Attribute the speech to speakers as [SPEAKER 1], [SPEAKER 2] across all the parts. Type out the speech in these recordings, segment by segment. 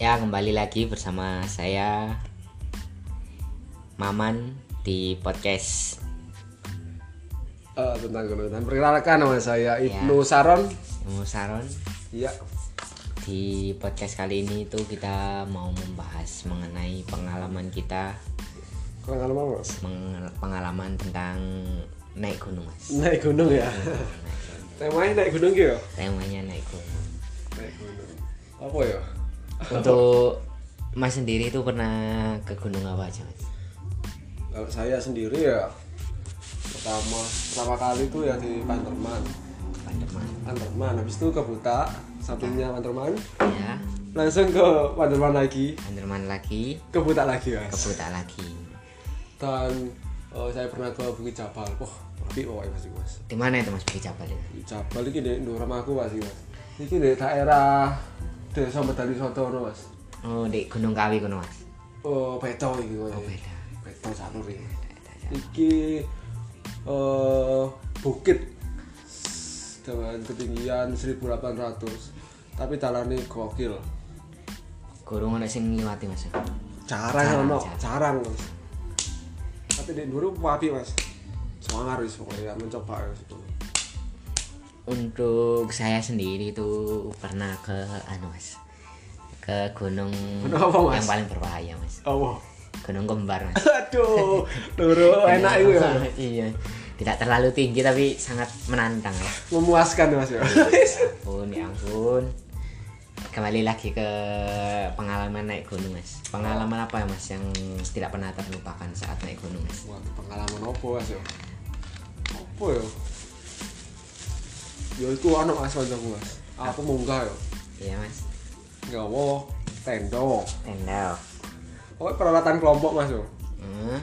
[SPEAKER 1] Ya kembali lagi bersama saya Maman di podcast
[SPEAKER 2] Eh, tentang kenulisan perkenalkan nama saya Ibnu Saron
[SPEAKER 1] Ilmu Saron
[SPEAKER 2] iya
[SPEAKER 1] Di podcast kali ini itu kita mau membahas mengenai pengalaman kita
[SPEAKER 2] kurang lama mas
[SPEAKER 1] meng- Pengalaman tentang naik gunung mas
[SPEAKER 2] naik gunung ya temanya naik gunung gitu ya?
[SPEAKER 1] Temanya naik gunung
[SPEAKER 2] naik gunung apa ya
[SPEAKER 1] Untuk mas sendiri itu pernah ke gunung apa aja mas?
[SPEAKER 2] kalau saya sendiri ya pertama pertama kali itu ya di Panterman
[SPEAKER 1] Pandeman
[SPEAKER 2] Panterman habis itu ke Buta sampingnya Panterman
[SPEAKER 1] Ya
[SPEAKER 2] langsung ke Panterman lagi
[SPEAKER 1] Pandeman lagi
[SPEAKER 2] ke Buta lagi mas
[SPEAKER 1] Kebuta lagi
[SPEAKER 2] dan eh, saya pernah ke Bukit Jabal wah tapi pokoknya pasti mas
[SPEAKER 1] di mana itu mas Bukit Jabal itu?
[SPEAKER 2] Jabal iki ndek nduk rumahku Mas iki Mas. Iki ndek daerah Desa Medali Sotono Mas.
[SPEAKER 1] Oh di Gunung Kawi kono mas
[SPEAKER 2] Oh, beto iki kowe.
[SPEAKER 1] Oh beda
[SPEAKER 2] Beto jalur iki. Iki eh bukit dengan ketinggian 1800 tapi jalannya gokil
[SPEAKER 1] Gurung ana sing ngliwati Mas.
[SPEAKER 2] jarang ono
[SPEAKER 1] jarang.
[SPEAKER 2] jarang mas tapi di dulu wapi mas semangat wis pokoknya mencoba wis itu
[SPEAKER 1] Untuk saya sendiri itu pernah ke anu Mas. Ke gunung
[SPEAKER 2] Gunung apa, Mas?
[SPEAKER 1] yang paling berbahaya Mas.
[SPEAKER 2] oh
[SPEAKER 1] Gunung Kembar Mas.
[SPEAKER 2] aduh dulu enak itu ya
[SPEAKER 1] iya. Tidak terlalu tinggi tapi sangat menantang ya.
[SPEAKER 2] memuaskan mas ya
[SPEAKER 1] Ampun, ya ampun. Kembali lagi ke pengalaman naik gunung Mas. Pengalaman apa ya Mas yang tidak pernah terlupakan saat naik gunung Mas?
[SPEAKER 2] Wah, pengalaman opo mas yo? Opo yo? Yo iku ana mas kancaku mas. Aku munggah yo.
[SPEAKER 1] Iya Mas.
[SPEAKER 2] Nggawa tenda.
[SPEAKER 1] Tenda.
[SPEAKER 2] Oh, peralatan kelompok mas yo.
[SPEAKER 1] Hmm.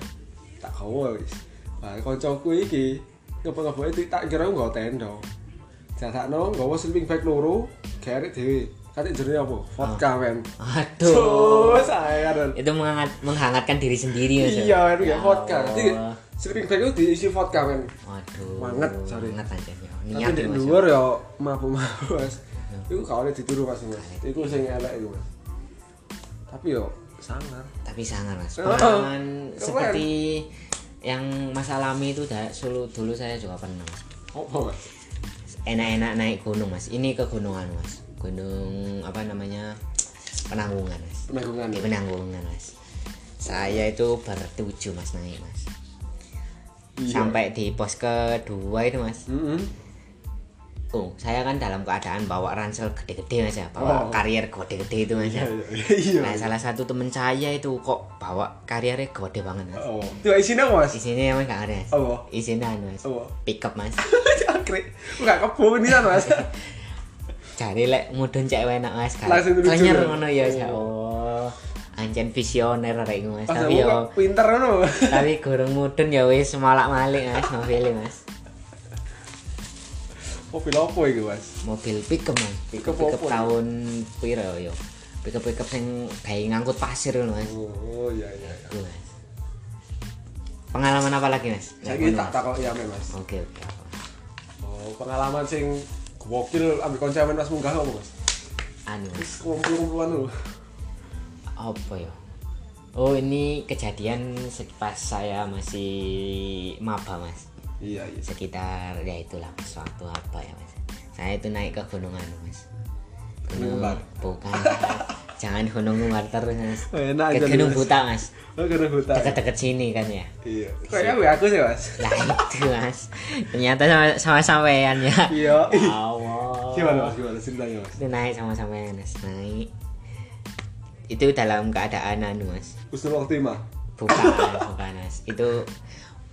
[SPEAKER 2] Tak gawa wis. Lah kancaku iki ngebok-ngeboke tik tak kira nggawa tenda. Jadakno nggawa sleeping bag loro, gerek dhewe. Kate jere apa? Vodka men.
[SPEAKER 1] Aduh.
[SPEAKER 2] Tuh, saya kan.
[SPEAKER 1] itu menghangat, menghangatkan diri sendiri Mas, ya?
[SPEAKER 2] Iya, itu ya vodka.
[SPEAKER 1] Allah.
[SPEAKER 2] Jadi sleeping bag itu diisi vodka men.
[SPEAKER 1] waduh
[SPEAKER 2] Manget, sorry.
[SPEAKER 1] Manget aja ya niat
[SPEAKER 2] Tapi di
[SPEAKER 1] ya, Mas,
[SPEAKER 2] luar ya mabuk-mabuk mas. Iku kawannya dituru mas mas. Iku sing elek iku mas. Tapi yo sangar.
[SPEAKER 1] tapi sangat mas
[SPEAKER 2] Heeh.
[SPEAKER 1] pengalaman
[SPEAKER 2] Oh, Keren.
[SPEAKER 1] seperti yang mas alami itu dah sulu dulu saya juga pernah mas
[SPEAKER 2] Apa mas?
[SPEAKER 1] enak-enak naik gunung mas ini ke gunungan mas gunung apa namanya penanggungan mas
[SPEAKER 2] Penanggungan.
[SPEAKER 1] di penanggungan mas saya itu bertujuh mas naik mas
[SPEAKER 2] Iya.
[SPEAKER 1] sampai di pos kedua itu mas
[SPEAKER 2] Mm-mm.
[SPEAKER 1] Oh, saya kan dalam keadaan bawa ransel gede-gede mas ya, bawa
[SPEAKER 2] Oh.
[SPEAKER 1] karier gede-gede itu mas ya.
[SPEAKER 2] Iya.
[SPEAKER 1] Nah, salah satu temen saya itu kok bawa kariernya gede banget mas.
[SPEAKER 2] Oh. Itu isinya apa mas?
[SPEAKER 1] Isinya emang gak ada mas.
[SPEAKER 2] Apa?
[SPEAKER 1] Isinya anu mas.
[SPEAKER 2] Apa?
[SPEAKER 1] Pick up mas.
[SPEAKER 2] Cakrik. Enggak kebo ini kan mas.
[SPEAKER 1] Cari lek mudun cek enak mas. Kali-
[SPEAKER 2] Langsung Iya. menuju.
[SPEAKER 1] Klenyer ngono ya Mas. Oh, anjen visioner arek iku, mas.
[SPEAKER 2] Pas
[SPEAKER 1] Tapi
[SPEAKER 2] aku
[SPEAKER 1] yo,
[SPEAKER 2] kok pinter kan mas.
[SPEAKER 1] tapi goreng mudun ya wis malak malik mas, mobil mas.
[SPEAKER 2] Mobil Oh, apa iki mas?
[SPEAKER 1] Mobil pickup mas. Pickup
[SPEAKER 2] Pickup
[SPEAKER 1] pickup
[SPEAKER 2] apa?
[SPEAKER 1] tahun piro ya? yo. Pickup pickup sing kayak ngangkut pasir lho mas.
[SPEAKER 2] Oh iya iya. iya.
[SPEAKER 1] Iku, mas. Pengalaman apa lagi mas? Naik
[SPEAKER 2] Saya ini
[SPEAKER 1] gunung,
[SPEAKER 2] tak
[SPEAKER 1] Mas.
[SPEAKER 2] takok ya mas.
[SPEAKER 1] Oke oke. apa?
[SPEAKER 2] Oh pengalaman sing gokil ambil konser mas munggah apa mas?
[SPEAKER 1] Anu mas.
[SPEAKER 2] Kumpul-kumpulan lu.
[SPEAKER 1] apa ya oh ini kejadian se- pas saya masih maba mas
[SPEAKER 2] Iya iya.
[SPEAKER 1] sekitar ya itulah mas waktu apa ya mas saya itu naik ke gunungan mas Oh,
[SPEAKER 2] Gunung Kembar?
[SPEAKER 1] bukan jangan gunung kembar terus mas
[SPEAKER 2] Oh, enak
[SPEAKER 1] ke
[SPEAKER 2] aja,
[SPEAKER 1] gunung
[SPEAKER 2] Mas.
[SPEAKER 1] buta mas
[SPEAKER 2] Oh kena hutan.
[SPEAKER 1] deket-deket sini kan ya
[SPEAKER 2] Iya. Kayaknya gue aku sih mas.
[SPEAKER 1] nah itu mas ternyata sama sama sampean ya
[SPEAKER 2] Iya.
[SPEAKER 1] Ya Allah
[SPEAKER 2] Gimana mas? Gimana ceritanya mas?
[SPEAKER 1] itu naik sama sampean mas naik itu dalam keadaan anu mas
[SPEAKER 2] Usul waktu mah.
[SPEAKER 1] bukan bukan mas itu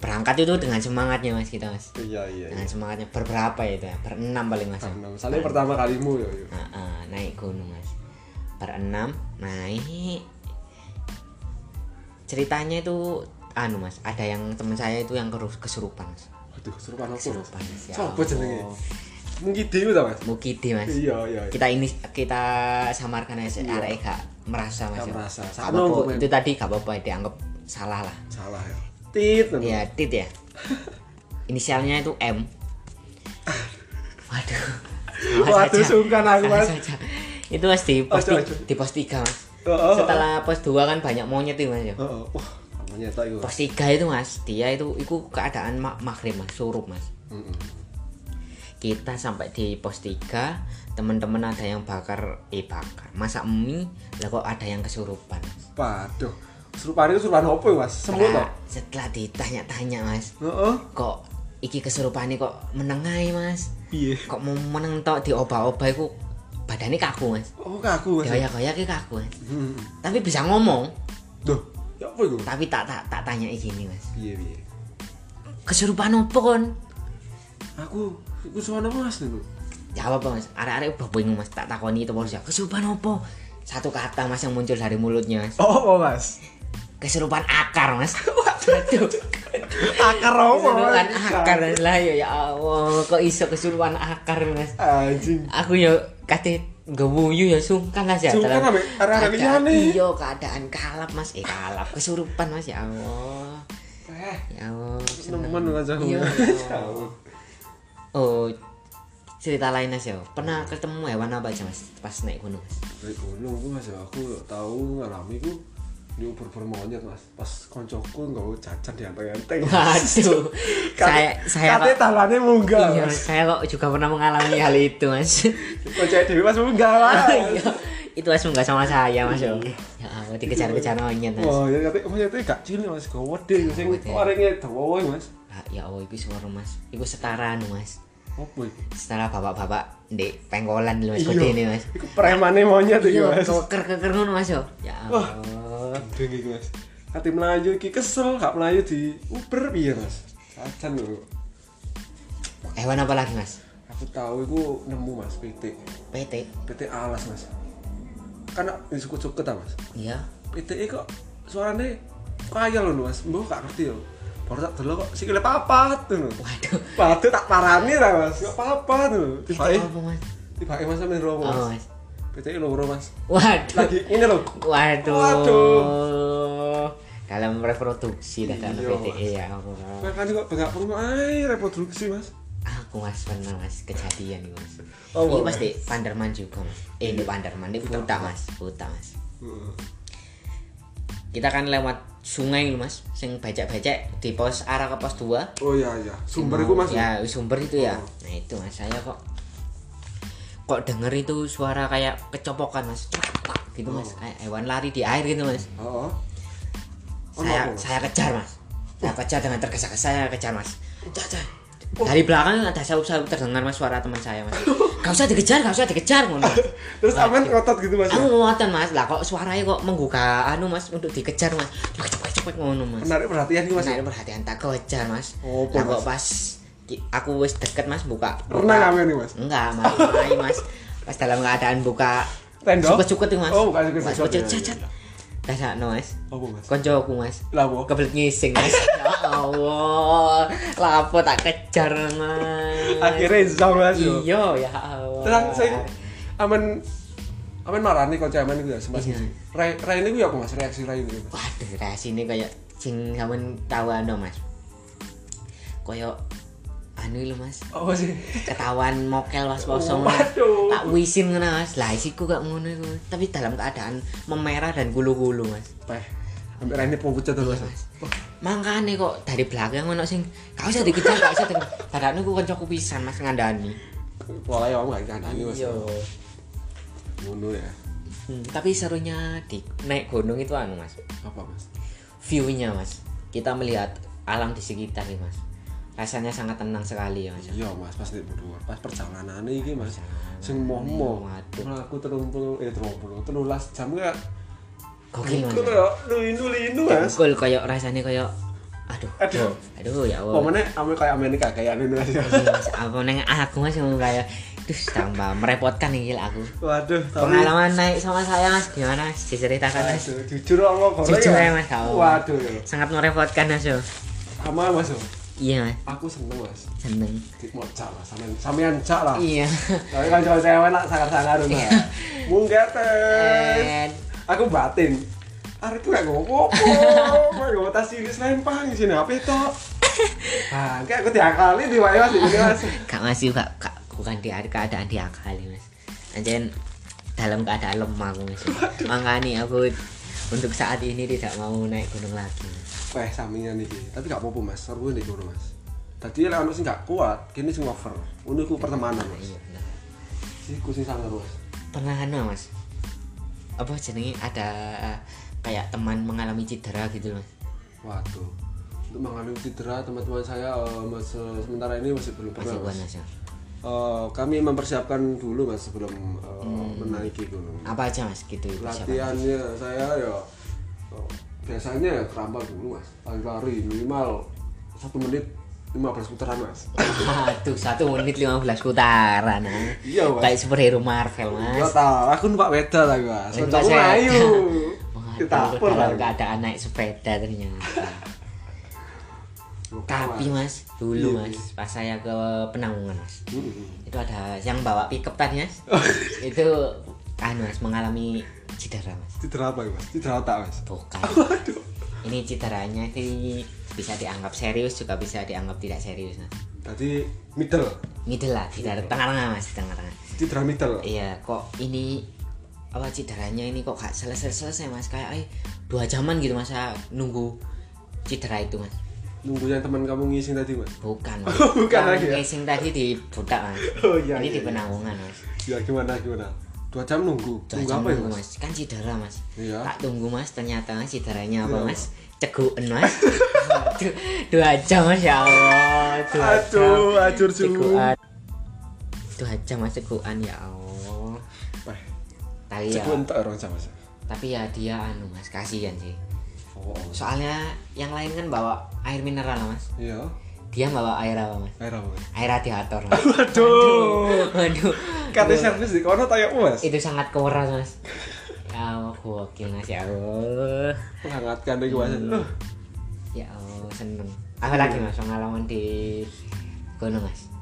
[SPEAKER 1] berangkat itu dengan semangatnya mas kita mas
[SPEAKER 2] Iya iya.
[SPEAKER 1] dengan semangatnya berberapa ya itu ya berenam paling mas ya.
[SPEAKER 2] Misalnya pertama kalimu ya. ya.
[SPEAKER 1] Ah, ah, naik gunung mas berenam naik ceritanya itu anu mas ada yang teman saya itu yang keru- kesurupan mas
[SPEAKER 2] Aduh kesurupan aku mas.
[SPEAKER 1] kesurupan mas ya
[SPEAKER 2] Siapa
[SPEAKER 1] Allah.
[SPEAKER 2] jenenge? Mungkin dia udah mas.
[SPEAKER 1] mukidi mas
[SPEAKER 2] Iya iya. iya.
[SPEAKER 1] kita ini kita samarkan aja arek gak merasa mas
[SPEAKER 2] Gak
[SPEAKER 1] ya.
[SPEAKER 2] merasa.
[SPEAKER 1] Gak
[SPEAKER 2] Sakno,
[SPEAKER 1] apa-apa.
[SPEAKER 2] Bu, men.
[SPEAKER 1] itu tadi gak apa-apa dianggap salah lah
[SPEAKER 2] Salah ya. Tit. Mas.
[SPEAKER 1] Iya, Tit ya. Inisialnya itu M. Waduh. Sama
[SPEAKER 2] Waduh,
[SPEAKER 1] saja.
[SPEAKER 2] sungkan aku,
[SPEAKER 1] Sama
[SPEAKER 2] Mas.
[SPEAKER 1] saja. Itu Mas di pos
[SPEAKER 2] Ojo,
[SPEAKER 1] ti-
[SPEAKER 2] ojo.
[SPEAKER 1] di pos 3, Mas.
[SPEAKER 2] Heeh.
[SPEAKER 1] Setelah pos 2 kan banyak monyet itu Mas ya.
[SPEAKER 2] Heeh. Wah, namanya tak iku.
[SPEAKER 1] Pos 3 itu Mas, dia itu iku keadaan ma- maghrib Mas, surup Mas.
[SPEAKER 2] Heeh.
[SPEAKER 1] Kita sampai di pos 3, teman-teman ada yang bakar eh bakar, masak mie, lah kok ada yang kesurupan. Mas.
[SPEAKER 2] Waduh. Serupa itu serupa opo ya, Mas? Semut
[SPEAKER 1] Setelah,
[SPEAKER 2] toh?
[SPEAKER 1] setelah ditanya-tanya Mas,
[SPEAKER 2] Heeh.
[SPEAKER 1] kok iki kesurupan kok menengai Mas?
[SPEAKER 2] Piye?
[SPEAKER 1] Kok mau meneng tok diobah-obah iku badannya kaku Mas.
[SPEAKER 2] Oh, kaku Mas.
[SPEAKER 1] Goyak-goyak iki kaku Mas.
[SPEAKER 2] Hmm.
[SPEAKER 1] Tapi bisa ngomong,
[SPEAKER 2] Duh, ya apa iku?
[SPEAKER 1] tapi tak tak tak tanya gini Mas.
[SPEAKER 2] Piye piye?
[SPEAKER 1] Kesurupan opo kon?
[SPEAKER 2] Aku iku sono Mas niku.
[SPEAKER 1] jawab apa, mas arek-arek udah bingung mas tak takoni itu bos ya kesurupan apa satu kata mas yang muncul dari mulutnya mas
[SPEAKER 2] Oh, Mas.
[SPEAKER 1] kesurupan akar mas waduh
[SPEAKER 2] Akar opo?
[SPEAKER 1] kesurupan akar Mas. lah ya ya allah kok iso kesurupan akar mas
[SPEAKER 2] Anjing.
[SPEAKER 1] aku ya kate guyu ya sungkan lah ya
[SPEAKER 2] Sungkan
[SPEAKER 1] dalam-
[SPEAKER 2] ambek arek-arek
[SPEAKER 1] keadaan-
[SPEAKER 2] liyane.
[SPEAKER 1] iya keadaan kalap mas eh kalap kesurupan mas ya allah
[SPEAKER 2] Eh,
[SPEAKER 1] ya allah seneng.
[SPEAKER 2] nemen aja
[SPEAKER 1] Iya,
[SPEAKER 2] aku.
[SPEAKER 1] ya Allah. oh cerita lain mas ya pernah ketemu hewan apa aja mas pas naik gunung mas
[SPEAKER 2] Naik gunung ku mas ya, aku tahu ngalami ku di ubur monyet mas pas koncoku nggak mau jajan di enteng-enteng
[SPEAKER 1] Waduh, saya saya
[SPEAKER 2] katanya
[SPEAKER 1] kok,
[SPEAKER 2] tangannya munggah
[SPEAKER 1] iya,
[SPEAKER 2] mas
[SPEAKER 1] saya kok juga pernah mengalami hal itu mas.
[SPEAKER 2] kocok dewi mas munggah mas
[SPEAKER 1] Iya, itu mas nggak sama saya mas yo. Ya aku dikejar-kejar monyet mas.
[SPEAKER 2] wah ya katanya monyetnya gak cilik mas gak wede sing
[SPEAKER 1] Gak wede.
[SPEAKER 2] orangnya dawa mas
[SPEAKER 1] Lah, ya Allah, itu suara mas, itu setara anu mas.
[SPEAKER 2] apa itu
[SPEAKER 1] Setara bapak-bapak di pengkolan dulu mas,
[SPEAKER 2] Iya.
[SPEAKER 1] kode ini mas.
[SPEAKER 2] itu premannya monyet iki
[SPEAKER 1] Iya,
[SPEAKER 2] mas
[SPEAKER 1] keker-keker ngono mas yo. Ya Allah.
[SPEAKER 2] Ah, gendeng iki mas kati melayu iki kesel gak melayu di uber piye mas jajan lho
[SPEAKER 1] Hewan apa lagi mas?
[SPEAKER 2] aku tahu iku nemu mas pitik
[SPEAKER 1] PT.
[SPEAKER 2] pitik alas mas kan ini suku-suku ta mas
[SPEAKER 1] Iya.
[SPEAKER 2] PTI kok suarane kaya lho Mas. Mbok gak ngerti yo. Baru tak delok kok sikile papat ngono.
[SPEAKER 1] Waduh.
[SPEAKER 2] Waduh tak parani ra Mas. Kok papat ngono.
[SPEAKER 1] PT
[SPEAKER 2] Tibake
[SPEAKER 1] apa mas?
[SPEAKER 2] tibake Mas sampe loro
[SPEAKER 1] Oh
[SPEAKER 2] ya? Mas.
[SPEAKER 1] mas.
[SPEAKER 2] PTI loro Mas.
[SPEAKER 1] Waduh.
[SPEAKER 2] Lagi ini lho.
[SPEAKER 1] Waduh.
[SPEAKER 2] Waduh.
[SPEAKER 1] Dalam reproduksi dah dalam
[SPEAKER 2] Iya,
[SPEAKER 1] PTE ya Allah.
[SPEAKER 2] Makane kan kok bengak perlu ae reproduksi Mas.
[SPEAKER 1] Aku mas pernah mas kejadian ini mas.
[SPEAKER 2] Oh,
[SPEAKER 1] ini
[SPEAKER 2] boleh.
[SPEAKER 1] mas di Panderman juga mas. Eh di Panderman di Buta mas, Buta mas.
[SPEAKER 2] Heeh.
[SPEAKER 1] Kita kan lewat sungai ini mas, sing becek-becek di pos arah ke pos 2
[SPEAKER 2] Oh iya iya. Sumber Oh. iku Mas.
[SPEAKER 1] Ya sumber itu ya. Nah itu mas saya kok kok denger itu suara kayak kecopokan mas, gitu mas.
[SPEAKER 2] Oh.
[SPEAKER 1] Kayak hewan lari di air gitu mas.
[SPEAKER 2] Heeh. Ono
[SPEAKER 1] saya
[SPEAKER 2] apa, Mas?
[SPEAKER 1] saya kejar mas saya kejar dengan tergesa-gesa saya kejar mas Cak, cak. dari belakang ada sahup-sahup terdengar mas suara teman saya mas gak usah dikejar gak usah dikejar ngono
[SPEAKER 2] Terus aman ngotot gitu Mas.
[SPEAKER 1] aku ngoten mas lah kok suaranya kok menggugah anu mas untuk dikejar mas cepet cepet cepet ngono mas
[SPEAKER 2] Menarik perhatian iki Mas.
[SPEAKER 1] menarik perhatian tak kejar mas
[SPEAKER 2] Oh,
[SPEAKER 1] lah kok
[SPEAKER 2] Mas.
[SPEAKER 1] pas ki- aku wis deket mas buka
[SPEAKER 2] Pernah ngamen iki Mas.
[SPEAKER 1] enggak mas main, mas pas dalam keadaan buka
[SPEAKER 2] Tenda?
[SPEAKER 1] suket-suket itu, mas
[SPEAKER 2] Oh, buka suket-suket,
[SPEAKER 1] Buka suket,
[SPEAKER 2] iya,
[SPEAKER 1] cat,
[SPEAKER 2] iya, Oh.
[SPEAKER 1] cat. dah sakno, mas
[SPEAKER 2] Apa Mas?
[SPEAKER 1] koncoku mas
[SPEAKER 2] Lah apa?
[SPEAKER 1] kebelet ngising mas ya Allah lapo tak kejar mas
[SPEAKER 2] Akhirnya zong Mas. yo.
[SPEAKER 1] iya ya Allah
[SPEAKER 2] Terang sing amen amen marani kanca amen iku ya sempat
[SPEAKER 1] Iya.
[SPEAKER 2] siji. Rai rai niku ya apa Mas reaksi rai niku.
[SPEAKER 1] waduh reaksi ini kayak sing sampean tahu anu mas kayak anu lho mas
[SPEAKER 2] Apa sih?
[SPEAKER 1] ketahuan mokel was kosong
[SPEAKER 2] Waduh.
[SPEAKER 1] tak wisin kena mas lah isiku gak ngono iku tapi dalam keadaan memerah dan gulu-gulu mas
[SPEAKER 2] Peh. Hampir rai ini pungkut jatuh Mas.
[SPEAKER 1] Mas. Mangkane kok dari belakang ono sing gak usah dikejar, gak usah dikejar. Padahal ku kancaku pisan Mas ngandani.
[SPEAKER 2] Pola ya omong kan ini Mas.
[SPEAKER 1] Iya.
[SPEAKER 2] Ngono ya.
[SPEAKER 1] Hmm, tapi serunya di naik gunung itu anu Mas.
[SPEAKER 2] Apa Mas?
[SPEAKER 1] View-nya Mas. Kita melihat alam di sekitar nih Mas. Rasanya sangat tenang sekali ya Mas.
[SPEAKER 2] Iya Mas pas nek berdua pas perjalanan iki Mas. Sing momo.
[SPEAKER 1] Iya. Waduh.
[SPEAKER 2] Mlaku 30 eh 30 13 jam ya.
[SPEAKER 1] Gokil
[SPEAKER 2] Iku
[SPEAKER 1] Mas.
[SPEAKER 2] ya lindu-lindu Mas.
[SPEAKER 1] Gokil koyo rasanya koyo aduh.
[SPEAKER 2] Aduh.
[SPEAKER 1] Aduh ya Allah.
[SPEAKER 2] Pemene ame kayak Amerika kayak ini Mas.
[SPEAKER 1] Iya, Mas, apa neng aku Mas yang kayak duh tambah merepotkan nih gila aku.
[SPEAKER 2] Waduh, tapi
[SPEAKER 1] Pengalaman naik sama saya Mas gimana Mas? Diceritakan Mas.
[SPEAKER 2] Waduh, jujur Allah kalau
[SPEAKER 1] Jujur ya, Mas, kalau.
[SPEAKER 2] Waduh,
[SPEAKER 1] sangat merepotkan mas yo
[SPEAKER 2] sama Mas. yo.
[SPEAKER 1] iya mas
[SPEAKER 2] Aku seneng Mas.
[SPEAKER 1] seneng
[SPEAKER 2] mau cak lah, sampean sampean cak lah.
[SPEAKER 1] iya
[SPEAKER 2] Tapi kan cowok cewek nak sangar-sangar udah. Mungkin
[SPEAKER 1] And
[SPEAKER 2] aku batin. Arek tuh gak ngopo, mau ngopo tas ini selempang di sini apa itu? Nah, kayak aku diakali di wae mas ini mas.
[SPEAKER 1] kak masih kak, kak bukan di keadaan diakali mas anjen dalam keadaan lemah aku Mas. Makanya aku untuk saat ini tidak mau naik gunung lagi.
[SPEAKER 2] Weh, samingan iki. Tapi gak apa-apa, Mas. Seru ndek kono, Mas. Tadi lek ono sing gak kuat, kene sing over. Ngono iku pertemanan, Mas.
[SPEAKER 1] Iya benar.
[SPEAKER 2] Iku sing sangar, Mas.
[SPEAKER 1] Pernah anu Mas. Apa jenenge ada kayak teman mengalami cedera gitu loh, Mas.
[SPEAKER 2] Waduh. Untuk mengalami cedera teman-teman saya eh, mas, eh, sementara ini masih belum
[SPEAKER 1] Masih
[SPEAKER 2] pernah.
[SPEAKER 1] gua
[SPEAKER 2] Mas.
[SPEAKER 1] Mas, ya.
[SPEAKER 2] Eh, kami mempersiapkan dulu mas sebelum eh, menaiki gunung.
[SPEAKER 1] Apa aja Mas gitu Hmm. persiapan?
[SPEAKER 2] Latihannya saya ya eh, biasanya ya keramba dulu mas. Lari minimal satu menit 15 putaran mas.
[SPEAKER 1] Aduh, satu menit 15 putaran. ah.
[SPEAKER 2] Iya, Mas. Iya,
[SPEAKER 1] Kayak superhero Marvel, Mas.
[SPEAKER 2] Gak tau, aku numpak beda lah mas.
[SPEAKER 1] Ini
[SPEAKER 2] Kocokku
[SPEAKER 1] saya-
[SPEAKER 2] ayu.
[SPEAKER 1] Waduh,
[SPEAKER 2] Kita apa
[SPEAKER 1] dalam
[SPEAKER 2] lah.
[SPEAKER 1] keadaan naik sepeda ternyata. Tapi mas, dulu
[SPEAKER 2] Iya,
[SPEAKER 1] mas, pas saya ke Penanggungan mas,
[SPEAKER 2] Mm-hmm.
[SPEAKER 1] itu ada yang bawa pickup tadi mas, itu anu mas mengalami cedera mas,
[SPEAKER 2] Cedera apa ya, mas? Cedera otak mas.
[SPEAKER 1] bukan.
[SPEAKER 2] Waduh.
[SPEAKER 1] Ini cederanya ini bisa dianggap serius juga bisa dianggap tidak serius mas.
[SPEAKER 2] Tadi middle,
[SPEAKER 1] Middle lah, cedera
[SPEAKER 2] Iya.
[SPEAKER 1] tengah-tengah mas, di tengah-tengah.
[SPEAKER 2] cedera middle.
[SPEAKER 1] Iya, kok ini apa cederanya ini kok gak selesai-selesai mas, kayak eh, dua jaman gitu mas saya nunggu cedera itu mas.
[SPEAKER 2] Nunggu yang teman kamu ngising tadi mas.
[SPEAKER 1] Bukan mas,
[SPEAKER 2] Bukan
[SPEAKER 1] Yang
[SPEAKER 2] lagi ya?
[SPEAKER 1] ngising tadi di budak mas,
[SPEAKER 2] Oh, iya,
[SPEAKER 1] ini
[SPEAKER 2] iya,
[SPEAKER 1] di
[SPEAKER 2] iya.
[SPEAKER 1] penanggungan mas.
[SPEAKER 2] Ya gimana gimana? Dua jam nunggu.
[SPEAKER 1] Dua
[SPEAKER 2] nunggu
[SPEAKER 1] jam
[SPEAKER 2] apa ya
[SPEAKER 1] nunggu
[SPEAKER 2] mas?
[SPEAKER 1] mas? Kan cedera mas.
[SPEAKER 2] Iya.
[SPEAKER 1] Tak tunggu mas, ternyata mas cederanya apa
[SPEAKER 2] Iya.
[SPEAKER 1] mas? Ceguken mas. Aduh, dua jam mas ya Allah. Dua
[SPEAKER 2] Aduh,
[SPEAKER 1] jam.
[SPEAKER 2] acur su.
[SPEAKER 1] Cegukan. Dua jam mas cegukan ya Allah.
[SPEAKER 2] Wah,
[SPEAKER 1] Tapi ya,
[SPEAKER 2] Cek entek orang jam mas.
[SPEAKER 1] tapi ya dia anu mas kasihan sih.
[SPEAKER 2] Oh, oh.
[SPEAKER 1] Soalnya yang lain kan bawa air mineral mas.
[SPEAKER 2] Iya.
[SPEAKER 1] Dia bawa air apa mas?
[SPEAKER 2] Air apa? Mas?
[SPEAKER 1] Air radiator mas.
[SPEAKER 2] Waduh.
[SPEAKER 1] Waduh.
[SPEAKER 2] Kata servis di kono tayo mas.
[SPEAKER 1] Itu sangat keras mas. Ya Allah, gokil mas ya Allah.
[SPEAKER 2] Menghangatkan lagi mas. Uh,
[SPEAKER 1] Ya Allah, seneng. Apa lagi mas pengalaman di gunung mas?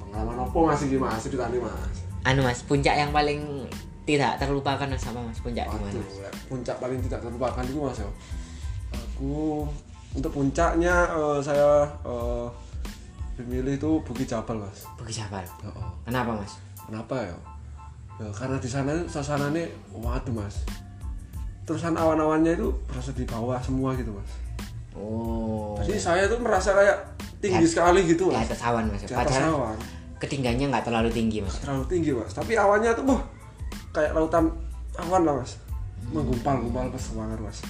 [SPEAKER 2] Pengalaman apa mas ini mas? Ceritanya mas.
[SPEAKER 1] Anu mas, puncak yang paling tidak terlupakan mas apa mas puncak di mana?
[SPEAKER 2] Waduh, lek puncak paling tidak terlupakan itu mas ya. Aku untuk puncaknya eh, saya eh, memilih itu Bukit Jabal mas.
[SPEAKER 1] Bukit Jabal.
[SPEAKER 2] Ya, oh.
[SPEAKER 1] Kenapa mas?
[SPEAKER 2] Kenapa ya? Ya, karena di sana suasananya waduh mas. Terusan awan-awannya itu berasa di bawah semua gitu mas.
[SPEAKER 1] Oh,
[SPEAKER 2] Jadi saya tuh merasa kayak tinggi sekali gitu
[SPEAKER 1] di
[SPEAKER 2] mas.
[SPEAKER 1] atas awan mas.
[SPEAKER 2] Di atas
[SPEAKER 1] Padahal
[SPEAKER 2] awan.
[SPEAKER 1] ketinggiannya nggak terlalu tinggi mas.
[SPEAKER 2] Terlalu tinggi mas. Tapi awannya tuh wah, kayak lautan awan lah mas.
[SPEAKER 1] Hmm.
[SPEAKER 2] Menggumpal-gumpal ke semangat mas.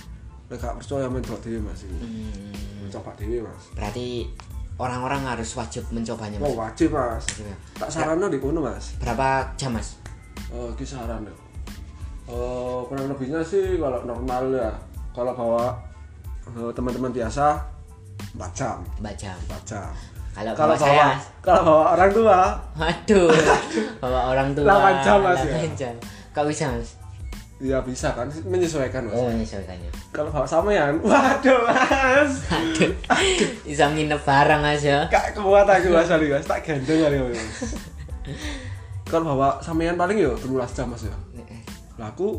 [SPEAKER 2] Lek gak percaya main dok dewe mas. ini.
[SPEAKER 1] Hmm,
[SPEAKER 2] Mencoba dewe mas.
[SPEAKER 1] berarti orang-orang harus wajib mencobanya mas.
[SPEAKER 2] Wah wajib mas.
[SPEAKER 1] Wajib, ya.
[SPEAKER 2] Tak sarannya di kono mas.
[SPEAKER 1] Berapa jam mas?
[SPEAKER 2] Eh, kisaran ya. Eh, kurang lebihnya sih kalau normal ya. Kalau bawa eh, teman-teman biasa 4 jam,
[SPEAKER 1] Empat jam.
[SPEAKER 2] 4 jam.
[SPEAKER 1] Kalau
[SPEAKER 2] Kalau
[SPEAKER 1] bawa saya,
[SPEAKER 2] bawa kalau bawa orang tua
[SPEAKER 1] waduh, bawa orang tua.
[SPEAKER 2] Delapan jam, Mas, ya?
[SPEAKER 1] delapan jam. Kok bisa mas?
[SPEAKER 2] ya bisa kan menyesuaikan mas.
[SPEAKER 1] Oh, ini ceritanya.
[SPEAKER 2] Kalau bawa sampean, waduh mas,
[SPEAKER 1] Aduh, bisa nginep bareng ya? aja.
[SPEAKER 2] gak kuat aku mas sorry mas, tak gendeng kali mas. Kalau bawa sampean paling ya 17 jam mas ya. Lah aku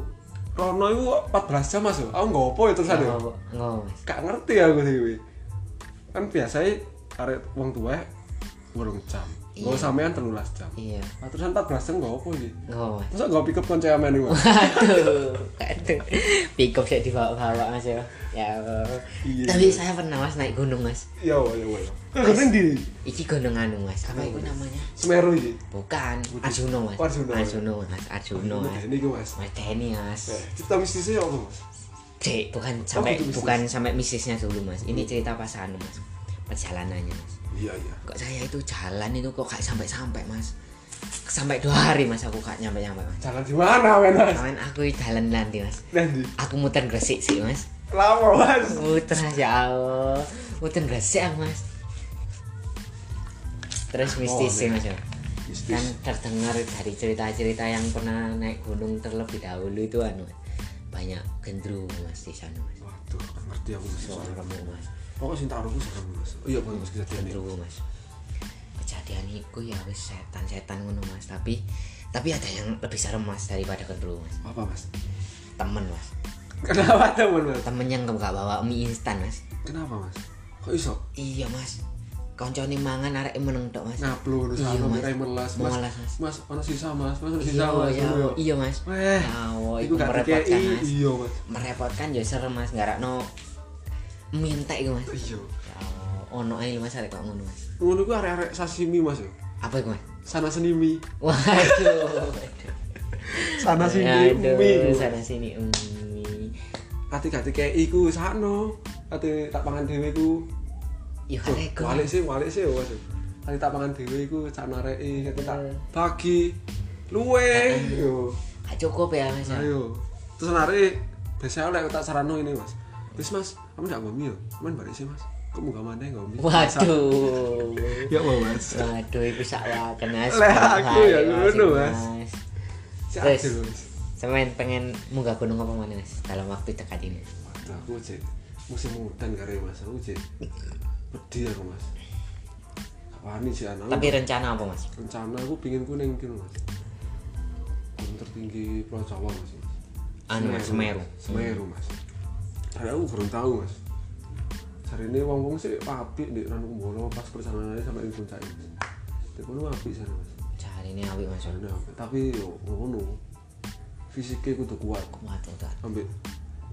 [SPEAKER 2] Rono itu 14 jam mas ya. Aku nggak apa ya terusan ya.
[SPEAKER 1] Nggak, nggak, Mas.
[SPEAKER 2] gak ngerti aku dewe. Kan biasanya arek wong tuwa 8 jam.
[SPEAKER 1] Iya.
[SPEAKER 2] Gak sampean 13 jam.
[SPEAKER 1] Iya,
[SPEAKER 2] Lah terusan 14 jam gak apa iki?
[SPEAKER 1] nggak, Mas.
[SPEAKER 2] Masa gak pick up konco amen iku?
[SPEAKER 1] Aduh, aduh. Pick up saya dibawa-bawa Mas ya. Ya. Allah.
[SPEAKER 2] Iya.
[SPEAKER 1] Tapi saya pernah Mas naik gunung Mas.
[SPEAKER 2] Ya wa ya wa. Kok nang ndi?
[SPEAKER 1] Iki gunung anu Mas. Apa itu namanya?
[SPEAKER 2] Semeru iki.
[SPEAKER 1] Bukan, Arjuno Mas.
[SPEAKER 2] Oh, Arjuno.
[SPEAKER 1] Arjuno Mas, Arjuno Mas.
[SPEAKER 2] Ini iku Mas.
[SPEAKER 1] Mas Denny Mas.
[SPEAKER 2] Eh, Cipta mistisnya ya apa Mas?
[SPEAKER 1] Cek, bukan sampai
[SPEAKER 2] gitu, mistis.
[SPEAKER 1] bukan sampai mistisnya dulu Mas. Ini cerita pas anu Mas. Perjalanannya Mas.
[SPEAKER 2] Iya iya.
[SPEAKER 1] kok saya itu jalan itu kok gak sampai-sampai mas sampai dua hari mas aku gak nyampe-nyampe mas
[SPEAKER 2] Jalan di mana men Mas?
[SPEAKER 1] kawan aku jalan nanti mas
[SPEAKER 2] Nang ndi?
[SPEAKER 1] aku muter gresik sih mas
[SPEAKER 2] Lama Mas.
[SPEAKER 1] muter ya Allah muter gresik aku mas terus mistis sih mas ya. kan
[SPEAKER 2] Mistis.
[SPEAKER 1] terdengar dari cerita-cerita yang pernah naik gunung terlebih dahulu itu anu Mas. banyak gendruwo mas di sana mas
[SPEAKER 2] Waduh, gak ngerti aku Mas.
[SPEAKER 1] soal kamu mas
[SPEAKER 2] Pokoknya sing taruhku serem Mas. Oh, Iya Mas kejadian ini.
[SPEAKER 1] Gendruwo mas kejadian itu ya wis setan-setan ngono mas tapi tapi ada yang lebih serem mas daripada gendruwo mas
[SPEAKER 2] Apa Mas?
[SPEAKER 1] temen mas
[SPEAKER 2] Kenapa teman Mas?
[SPEAKER 1] temen yang gak bawa mie instan mas
[SPEAKER 2] Kenapa Mas? Kok iso?
[SPEAKER 1] iya mas koncone mangan arek meneng tok Mas.
[SPEAKER 2] ngaplu terus
[SPEAKER 1] Iya,
[SPEAKER 2] aku
[SPEAKER 1] Mas.
[SPEAKER 2] kayak melas mas
[SPEAKER 1] Melas, Mas.
[SPEAKER 2] mas ono sisa mas mas ono
[SPEAKER 1] Iya,
[SPEAKER 2] sisa mas
[SPEAKER 1] iya,
[SPEAKER 2] Ngono ya.
[SPEAKER 1] iya Mas.
[SPEAKER 2] Weh,
[SPEAKER 1] Awo, iku
[SPEAKER 2] iku gak
[SPEAKER 1] merepotkan
[SPEAKER 2] dikei
[SPEAKER 1] Mas.
[SPEAKER 2] iya mas
[SPEAKER 1] Merepotkan ya serem Mas, garakno minta iku Mas.
[SPEAKER 2] iya
[SPEAKER 1] Ya Allah, ono ae Mas arek kok ngono Mas.
[SPEAKER 2] ngono ku arek-arek sashimi mas yo
[SPEAKER 1] Apa iku Mas?
[SPEAKER 2] sana senimi
[SPEAKER 1] Waduh.
[SPEAKER 2] sana sini
[SPEAKER 1] Aduh,
[SPEAKER 2] umi
[SPEAKER 1] sana sini umi.
[SPEAKER 2] kate gak dikei ku sakno kate tak pangan dhewe ku
[SPEAKER 1] Yo
[SPEAKER 2] Duh,
[SPEAKER 1] Iya, arek kok.
[SPEAKER 2] walik sih walik sih mas kate tak pangan dhewe ku cak nareki kate tak
[SPEAKER 1] Iya.
[SPEAKER 2] bagi luwe yo
[SPEAKER 1] Gak cukup ya Mas. ya?
[SPEAKER 2] ayo Nah, terus narek biasanya oleh tak sarano ini mas wis mas kamu gak ngomi yo cuman balik sih mas kok munggah maneh ngomi
[SPEAKER 1] Waduh.
[SPEAKER 2] ya mau mas
[SPEAKER 1] Waduh, iku sak waken Mas.
[SPEAKER 2] Lah, aku ya
[SPEAKER 1] Hari,
[SPEAKER 2] ngono,
[SPEAKER 1] iku,
[SPEAKER 2] Mas. Cak
[SPEAKER 1] Wes.
[SPEAKER 2] adil, mas
[SPEAKER 1] Semen pengen munggah gunung apa mana Mas dalam waktu dekat ini?
[SPEAKER 2] Waduh, Nah, aku cek musim hutan kare mas aku cek pedih aku mas wani sih anak
[SPEAKER 1] Tapi rencana apa Mas?
[SPEAKER 2] rencana aku pingin ku neng kene mas gunung tertinggi pulau jawa mas
[SPEAKER 1] Anu Mas Semeru.
[SPEAKER 2] semeru mas karena aku kurang tahu mas hari ini wong wong sih apik di Ranum Bolo pas perjalanannya sampai di puncak ini tapi lu apik sana mas
[SPEAKER 1] Cari ini awik Mas.
[SPEAKER 2] Sana apik. tapi yo ngono fisiknya kudu kuat
[SPEAKER 1] Kuat kuat.
[SPEAKER 2] sampai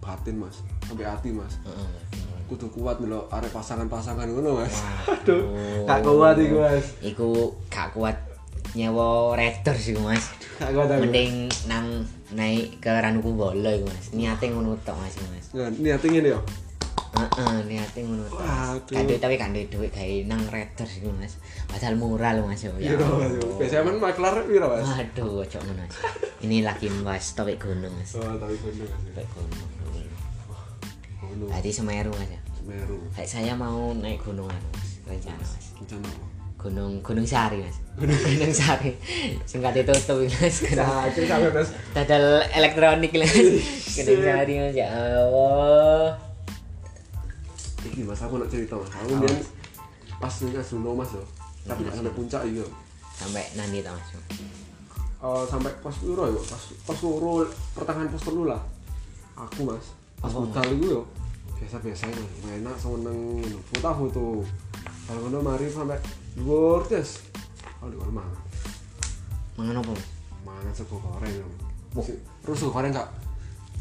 [SPEAKER 2] batin mas sampai hati mas
[SPEAKER 1] Heeh. bener.
[SPEAKER 2] kudu kuat lho arek pasangan-pasangan ngono Mas.
[SPEAKER 1] Waduh.
[SPEAKER 2] gak kuat iku Mas.
[SPEAKER 1] Iku gak kuat nyewa redor sih Mas.
[SPEAKER 2] Gak kuat aku.
[SPEAKER 1] Mending nang naik ke Ranuku Bolo iku Mas. Niate ngono tok Mas iku, Mas.
[SPEAKER 2] Nah, niate ngene yo.
[SPEAKER 1] Heeh, niate ngono tok. Mas.
[SPEAKER 2] Waduh.
[SPEAKER 1] Gak duit tapi gak duit duit gawe nang redor sih Mas. Padahal murah lho Mas.
[SPEAKER 2] Iya Mas.
[SPEAKER 1] Allah.
[SPEAKER 2] Biasanya men maklar piro Mas?
[SPEAKER 1] Waduh, cok ngono. Mas. Ini lagi mas topik gunung mas.
[SPEAKER 2] Oh, tapi bener Mas.
[SPEAKER 1] Topik gunung.
[SPEAKER 2] Ngono
[SPEAKER 1] Tadi Semeru mas ya.
[SPEAKER 2] Semeru.
[SPEAKER 1] Kayak saya mau naik gunung anu mas. Rencana mas.
[SPEAKER 2] Rencana apa?
[SPEAKER 1] Gunung Gunung Sari mas. Gunung Sari. Singkat itu tuh mas. Gunung-
[SPEAKER 2] Nah, cerita Mas.
[SPEAKER 1] Dadal elektronik mas. Gunung Sari mas ya Allah.
[SPEAKER 2] Iki Mas aku nak cerita Mas. Aku mbiyen pas ning Asuno Mas yo. Tapi gak sampai puncak iya.
[SPEAKER 1] Sampai nanti tau mas.
[SPEAKER 2] Eh sampai pos piro yo? Pas pos loro pertengahan pos telu lah. Aku Mas. Pas
[SPEAKER 1] Apa, Mas?
[SPEAKER 2] puncak iku yo. Biasa-biasa Mas. Enak seneng foto-foto. Kalau ngono mari sampai dhuwur tes. Oh, dhuwur mangan.
[SPEAKER 1] Mangan apa mas?
[SPEAKER 2] mangan sego goreng
[SPEAKER 1] Wah.
[SPEAKER 2] Si- terus sego goreng gak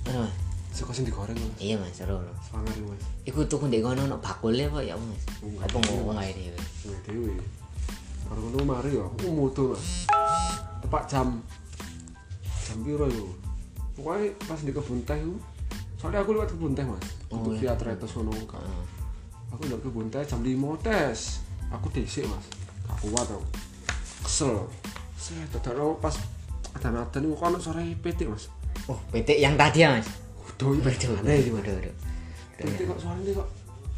[SPEAKER 1] Seru, Mas?
[SPEAKER 2] sego sing digoreng mas
[SPEAKER 1] Iya mas seru. lho.
[SPEAKER 2] sangar iki mas
[SPEAKER 1] Iku tuh ndek kono ono bakulnya apa ya mas?
[SPEAKER 2] Enggak.
[SPEAKER 1] Apa ngomong aja deh.
[SPEAKER 2] Nah, dewe baru ngono mari yo aku mutu mas tepat jam jam piro yo pokoknya pas di kebun teh yo soalnya aku lewat kebun teh mas
[SPEAKER 1] Oh,
[SPEAKER 2] untuk
[SPEAKER 1] iya. Ah.
[SPEAKER 2] lihat retes ngono Kak. aku lewat kebun teh jam 5 tes aku desik mas gak kuat aku kesel saya tetap pas adan-adan itu kan sore PT mas
[SPEAKER 1] Oh, petik yang tadi ya, Mas?
[SPEAKER 2] Doi,
[SPEAKER 1] Waduh,
[SPEAKER 2] aneh iki, Mas.
[SPEAKER 1] waduh, waduh.
[SPEAKER 2] Nanti kok suaranya kok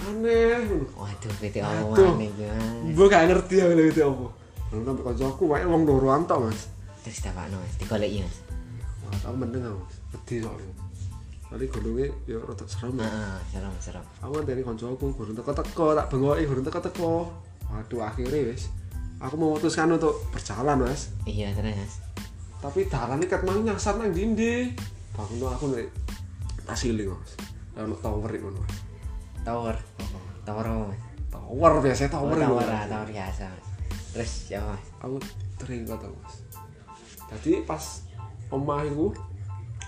[SPEAKER 2] aneh ngono.
[SPEAKER 1] Waduh, petik
[SPEAKER 2] Aduh.
[SPEAKER 1] omongan iki, Mas.
[SPEAKER 2] Gua gak ngerti ya ngene itu apa. Lalu nang kanca aku wae wong loro antok, Mas.
[SPEAKER 1] Terus dapakno, Mas, digoleki, Mas.
[SPEAKER 2] Wah, tau meneng aku, Mas. Pedih soalnya. Kali gunungnya ya rada serem. ya.
[SPEAKER 1] Heeh, serem, serem.
[SPEAKER 2] Aku kan dari kanca aku gurung teko-teko, tak bengoki gurung teko-teko. Waduh, akhirnya wis. Aku memutuskan untuk berjalan, Mas.
[SPEAKER 1] Iya, terus, Mas.
[SPEAKER 2] Tapi darahnya ket mang nyasar nang dindi. Bangun aku nek tasili, Mas. Lalu tower iku, Mas.
[SPEAKER 1] Tower. Tower apa, Mas?
[SPEAKER 2] Tower biasa
[SPEAKER 1] Oh,
[SPEAKER 2] tower iku,
[SPEAKER 1] tower,
[SPEAKER 2] Mas.
[SPEAKER 1] ah, tower biasa, Mas. Terus ya, Mas.
[SPEAKER 2] aku teringat tau mas jadi pas omah iku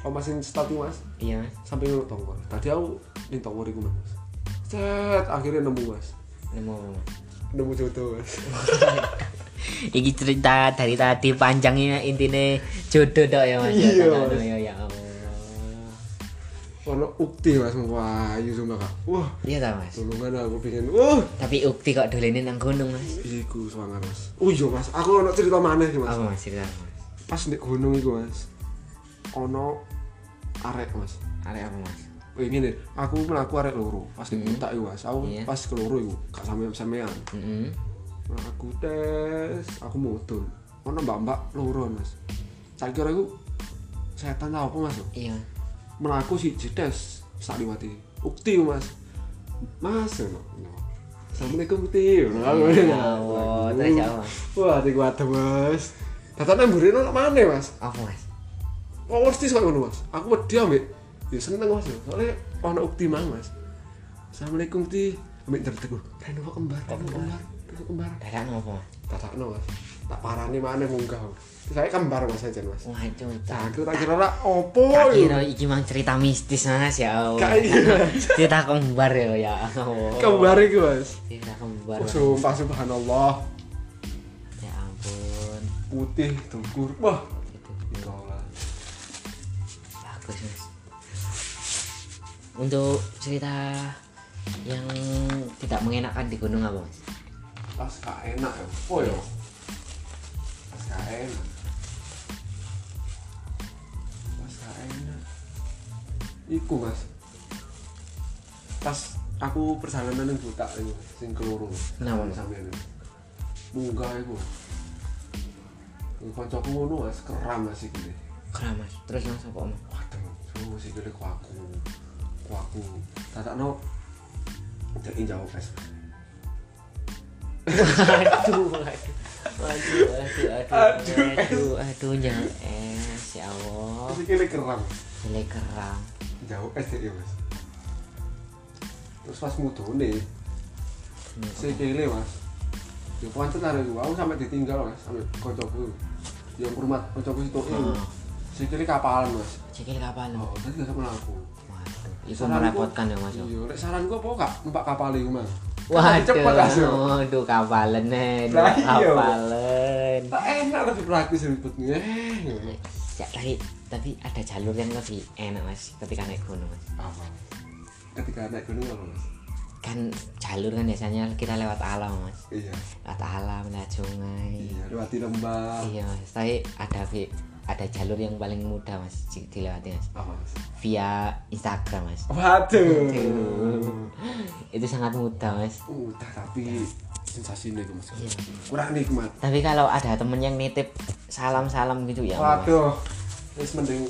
[SPEAKER 2] omah sing stati mas
[SPEAKER 1] Iya, Mas.
[SPEAKER 2] sampai ngelok tongkol tadi aku ning tongkol iku mas cet akhirnya nemu mas
[SPEAKER 1] Nemu apa, Mas?
[SPEAKER 2] nemu jodoh mas
[SPEAKER 1] Iki cerita dari tadi panjangnya intinya jodoh tok ya mas. Tok,
[SPEAKER 2] Iya,
[SPEAKER 1] tok,
[SPEAKER 2] Mas.
[SPEAKER 1] tok, Ya ya Allah.
[SPEAKER 2] ono ukti mas wah iya sumpah kak wah
[SPEAKER 1] Iya ta mas.
[SPEAKER 2] tulungan aku pengen wah
[SPEAKER 1] Tapi ukti kok dolene nang gunung mas.
[SPEAKER 2] iku swanger mas oh iya mas aku ono cerita maneh iki mas
[SPEAKER 1] Apa mas cerita mas?
[SPEAKER 2] pas di gunung iku mas ono arek mas
[SPEAKER 1] Arek apa mas?
[SPEAKER 2] Wih gini, aku melaku arek loro pas di puncak iku mas, aku
[SPEAKER 1] Iya.
[SPEAKER 2] pas ke loro iku gak sampe sampean.
[SPEAKER 1] Heeh.
[SPEAKER 2] Nah, aku tes aku mudun ono mbak-mbak loro mas saya kira aku setan tau apa mas
[SPEAKER 1] Iya.
[SPEAKER 2] melaku si tes sak liwati ukti mas mas no, no. assalamualaikum ukti no, aku
[SPEAKER 1] Ya
[SPEAKER 2] bilang,
[SPEAKER 1] Allah,
[SPEAKER 2] "Aku."
[SPEAKER 1] terus ya apa, Mas?
[SPEAKER 2] wah hati kuat mas datang nemburin ono mana mas
[SPEAKER 1] Apa mas?
[SPEAKER 2] kok mesti kok ngono mas aku wedi ambek ya seneng mas soalnya ono ukti mang mas assalamualaikum ukti ambek tertegur reno kembar reno kembar Aku kembar.
[SPEAKER 1] Dadak nopo? Mas?
[SPEAKER 2] Dadakno, Mas. Tak parani maneh munggah. Saya kembar Mas aja, Mas.
[SPEAKER 1] Waduh, tak
[SPEAKER 2] Aku tak kira ora opo
[SPEAKER 1] tak
[SPEAKER 2] yo.
[SPEAKER 1] kira iki mang cerita mistis Mas ya Allah.
[SPEAKER 2] Kayak iya.
[SPEAKER 1] Cerita kembar ya ya Allah.
[SPEAKER 2] Kembar iki, Mas.
[SPEAKER 1] Cerita kembar.
[SPEAKER 2] Oh, sumpah subhanallah.
[SPEAKER 1] Ya ampun.
[SPEAKER 2] Putih tengkur. Wah,
[SPEAKER 1] Gitu.
[SPEAKER 2] gila.
[SPEAKER 1] Bagus Mas. Untuk cerita yang tidak mengenakan di gunung apa Mas?
[SPEAKER 2] Pas gak enak ya. Oh yo. Pas gak enak. Pas gak enak. Iku, Mas. Pas aku perjalanan yang buta itu, sing keluru.
[SPEAKER 1] Kenapa, Mas?
[SPEAKER 2] Sampeyan. Munggah iku. Kancaku ngono, Mas, keram Mas iku. Mas.
[SPEAKER 1] Kera Mas. Terus Mas apa Mas?
[SPEAKER 2] waduh suhu sih gede ku aku ku aku tak no jadi jauh guys
[SPEAKER 1] aduh, aduh. Aduh, aduh, aduh, aduh, aduh, jangan es, ya Allah,
[SPEAKER 2] masih kiri keram
[SPEAKER 1] jelek kerang.
[SPEAKER 2] jauh es jadi mas terus pas mutu nih si kiri mas ya pancet hari gua aku sampai ditinggal mas sampai kocokku yang rumah kocokku itu
[SPEAKER 1] Hmm.
[SPEAKER 2] si kiri kapalan mas
[SPEAKER 1] Cekil kapal.
[SPEAKER 2] oh tadi gak sama aku
[SPEAKER 1] Waduh, itu
[SPEAKER 2] Saranku-
[SPEAKER 1] Hmm. merepotkan ya mas.
[SPEAKER 2] iya lek saran gua apa kak numpak kapal itu mas Kapal
[SPEAKER 1] Waduh,
[SPEAKER 2] cepet ya. langsung
[SPEAKER 1] waduh eh. kapalen nen,
[SPEAKER 2] Lah, iya.
[SPEAKER 1] kapalen.
[SPEAKER 2] tak enak tapi praktis ributnya Eh,
[SPEAKER 1] Ya, tapi tapi ada jalur yang lebih enak mas ketika naik gunung mas.
[SPEAKER 2] apa ketika naik gunung apa mas
[SPEAKER 1] Kan jalur kan biasanya kita lewat alam mas,
[SPEAKER 2] iya
[SPEAKER 1] lewat alam, lewat sungai.
[SPEAKER 2] iya lewati lembah
[SPEAKER 1] Iya mas, tapi ada vi- ada jalur yang paling mudah mas di- dilewati mas
[SPEAKER 2] apa mas
[SPEAKER 1] via Instagram mas.
[SPEAKER 2] waduh
[SPEAKER 1] Itu sangat mudah mas.
[SPEAKER 2] udah Uh,
[SPEAKER 1] Ya.
[SPEAKER 2] tapi sensasi nih mas kurang nikmat
[SPEAKER 1] Tapi kalau ada temen yang nitip salam-salam gitu ya mas.
[SPEAKER 2] waduh ini mending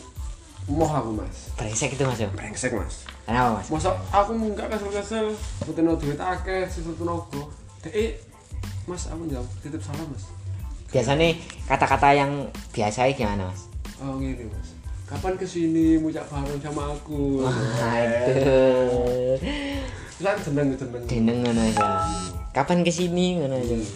[SPEAKER 2] moh aku mas
[SPEAKER 1] Brengsek itu mas ya.
[SPEAKER 2] brengsek mas
[SPEAKER 1] Kenapa mas?
[SPEAKER 2] masa aku nggak kesel-kesel butuh no duit akeh sesuatu nogo dek mas aku jawab titip salam mas
[SPEAKER 1] Biasanya kata-kata yang biasa gimana mas?
[SPEAKER 2] oh gini mas kapan kesini muncak bareng sama aku
[SPEAKER 1] Aduh,
[SPEAKER 2] kan jeneng jeneng
[SPEAKER 1] jeneng ngono aja. Kapan kesini ngono aja.
[SPEAKER 2] Iya.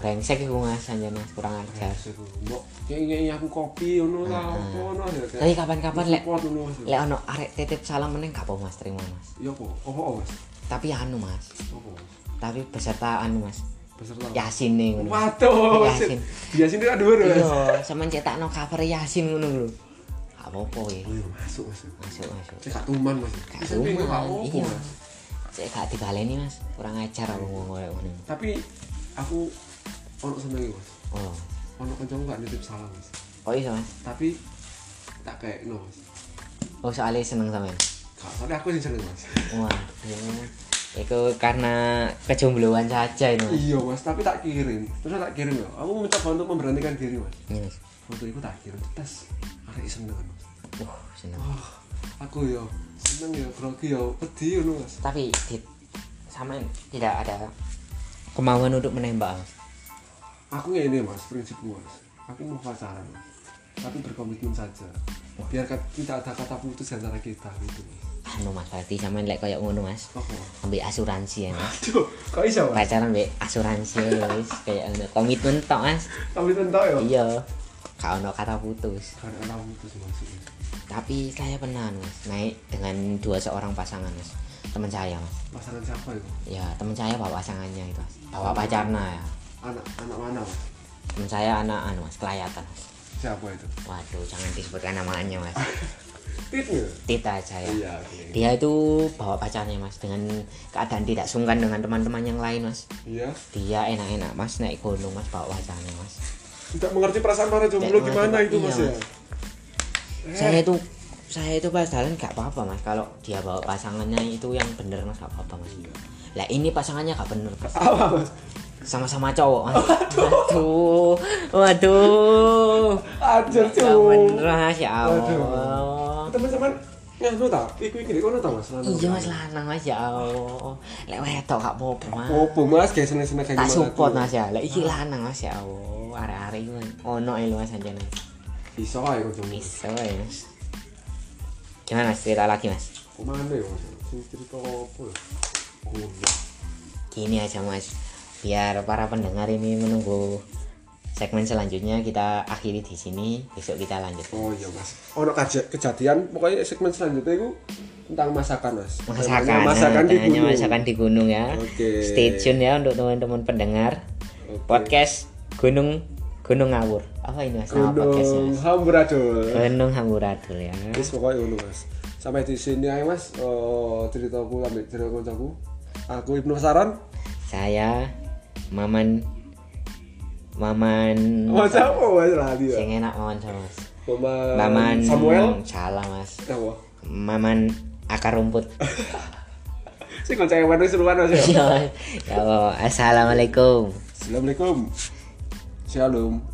[SPEAKER 1] Brengsek itu mas, anjir mas kurang ajar.
[SPEAKER 2] Ya, Mbok kayaknya aku kopi ngono lah, apa ngono ya. kayak
[SPEAKER 1] Ah. Tapi kapan-kapan lek
[SPEAKER 2] support ngono Mas.
[SPEAKER 1] lek ono arek titip salam meneng gak apa mas terima mas.
[SPEAKER 2] Ya apa? Apa apa, Mas?
[SPEAKER 1] Tapi anu mas,
[SPEAKER 2] Apa Mas?
[SPEAKER 1] tapi beserta anu mas,
[SPEAKER 2] Peserta.
[SPEAKER 1] Yasin nih ngono.
[SPEAKER 2] Waduh.
[SPEAKER 1] Yasin.
[SPEAKER 2] Dia sini kan dhuwur Mas.
[SPEAKER 1] Iya, sama cetak no cover Yasin ngono lho. Gak apa-apa ya.
[SPEAKER 2] Oh, iya, masuk Mas.
[SPEAKER 1] Masuk masuk.
[SPEAKER 2] Cek gak tuman Mas.
[SPEAKER 1] Gak
[SPEAKER 2] Bisa bingung,
[SPEAKER 1] cuman,
[SPEAKER 2] gak apa,
[SPEAKER 1] iya.
[SPEAKER 2] Mas.
[SPEAKER 1] Cek gak dibaleni mas, kurang ajar aku ngomong kayak ngono.
[SPEAKER 2] Tapi aku ono seneng Mas.
[SPEAKER 1] Oh,
[SPEAKER 2] Ono kancaku gak nitip salam Mas.
[SPEAKER 1] oh iya mas.
[SPEAKER 2] Tapi tak kayak no Mas.
[SPEAKER 1] Oh soalnya seneng sama
[SPEAKER 2] Gak soalnya aku sih seneng Mas.
[SPEAKER 1] Waduh, itu karena kejombloan saja ini mas.
[SPEAKER 2] Iya Mas, tapi tak kirim. Terus tak kirim loh. Aku mencoba untuk memberanikan diri Mas.
[SPEAKER 1] Ini mas,
[SPEAKER 2] Foto itu tak kirim tes. Arek seneng Mas.
[SPEAKER 1] uh seneng.
[SPEAKER 2] Wah, aku ya seneng ya grogi ya pedih ngono Mas.
[SPEAKER 1] Tapi dit, sama tidak ada kemauan untuk menembak mas.
[SPEAKER 2] Aku ya ini Mas, prinsipku Mas. Aku mau pacaran Mas. Tapi berkomitmen saja. Biar kat- tidak ada kata putus di antara kita gitu. Mas.
[SPEAKER 1] Anu mas, berarti sama lek kayak ngono mas.
[SPEAKER 2] Apa?
[SPEAKER 1] Ambil asuransi ya mas.
[SPEAKER 2] Aduh, kok iso Mas?
[SPEAKER 1] pacaran be asuransi ya wis kayak ngono komitmen tok Mas
[SPEAKER 2] Tapi tentu ya.
[SPEAKER 1] iya gak ono kata putus
[SPEAKER 2] Kan ada putus Mas.
[SPEAKER 1] tapi saya pernah Mas naik dengan dua seorang pasangan Mas teman saya Mas
[SPEAKER 2] Pasangan siapa itu?
[SPEAKER 1] ya teman saya bawa pasangannya itu Mas bawa pacarnya ya
[SPEAKER 2] Anak anak mana Mas?
[SPEAKER 1] teman saya anak anu Mas kelayatan Mas
[SPEAKER 2] Siapa itu?
[SPEAKER 1] waduh jangan disebutkan namanya Mas
[SPEAKER 2] Titnya.
[SPEAKER 1] Tita aja ya
[SPEAKER 2] Iya, oke.
[SPEAKER 1] dia itu bawa pacarnya Mas dengan keadaan tidak sungkan dengan teman-teman yang lain Mas
[SPEAKER 2] Iya.
[SPEAKER 1] dia enak-enak Mas naik gunung Mas bawa pacarnya Mas
[SPEAKER 2] Tidak mengerti perasaan para jomblo
[SPEAKER 1] Tidak
[SPEAKER 2] gimana
[SPEAKER 1] mengerti,
[SPEAKER 2] itu Mas
[SPEAKER 1] iya,
[SPEAKER 2] ya.
[SPEAKER 1] Mas. saya itu saya itu pas jalan nggak apa-apa mas kalau dia bawa pasangannya itu yang bener mas nggak apa-apa mas lah ini pasangannya nggak bener mas
[SPEAKER 2] Apa Mas?
[SPEAKER 1] sama-sama cowok mas waduh waduh
[SPEAKER 2] Ajar
[SPEAKER 1] nggak bener
[SPEAKER 2] cuy.
[SPEAKER 1] mas ya
[SPEAKER 2] Waduh.
[SPEAKER 1] allah
[SPEAKER 2] Teman-teman, nganu ta? Iku iki kono ta Mas. Lanang.
[SPEAKER 1] iya mas lanang mas ya allah lek wedok gak apa-apa mas
[SPEAKER 2] Opo mas, kayak seneng-seneng
[SPEAKER 1] tak
[SPEAKER 2] kayak Oh, iya, gimana
[SPEAKER 1] support
[SPEAKER 2] tuh?
[SPEAKER 1] mas ya lek iki lanang mas ya allah arek-arek iku ono e lho mas anjene
[SPEAKER 2] Bisa aja kau cuma.
[SPEAKER 1] bisa ya mas gimana mas cerita lagi mas
[SPEAKER 2] Kemana ya mas? Sing cerita apa ya? Oh,
[SPEAKER 1] gini aja mas biar para pendengar ini menunggu segmen selanjutnya kita akhiri di sini besok kita lanjut
[SPEAKER 2] oh iya mas ono kaja- kejadian pokoknya segmen selanjutnya itu tentang masakan mas
[SPEAKER 1] masakan
[SPEAKER 2] Temanya
[SPEAKER 1] nah,
[SPEAKER 2] masakan di
[SPEAKER 1] temanya
[SPEAKER 2] gunung
[SPEAKER 1] masakan di gunung ya
[SPEAKER 2] Oke.
[SPEAKER 1] stay tune ya untuk teman-teman pendengar
[SPEAKER 2] Oke.
[SPEAKER 1] podcast gunung gunung ngawur apa Eh. ini mas nama podcastnya
[SPEAKER 2] gunung
[SPEAKER 1] Mas?
[SPEAKER 2] hamburadul
[SPEAKER 1] gunung hamburadul ya
[SPEAKER 2] Terus pokoknya ngono mas Sampai di sini aja mas eh, Ceritaku ambil cerita koncoku Aku Ibnu Saran
[SPEAKER 1] saya maman maman
[SPEAKER 2] Mas apa mas lali ya
[SPEAKER 1] sing enak maman sama mas maman
[SPEAKER 2] Maman Eh, Samuel
[SPEAKER 1] salah mas
[SPEAKER 2] Apa?
[SPEAKER 1] maman akar rumput
[SPEAKER 2] Si koncoke waduh seruan mas ya
[SPEAKER 1] ya Allah. assalamualaikum
[SPEAKER 2] Assalamualaikum Shalom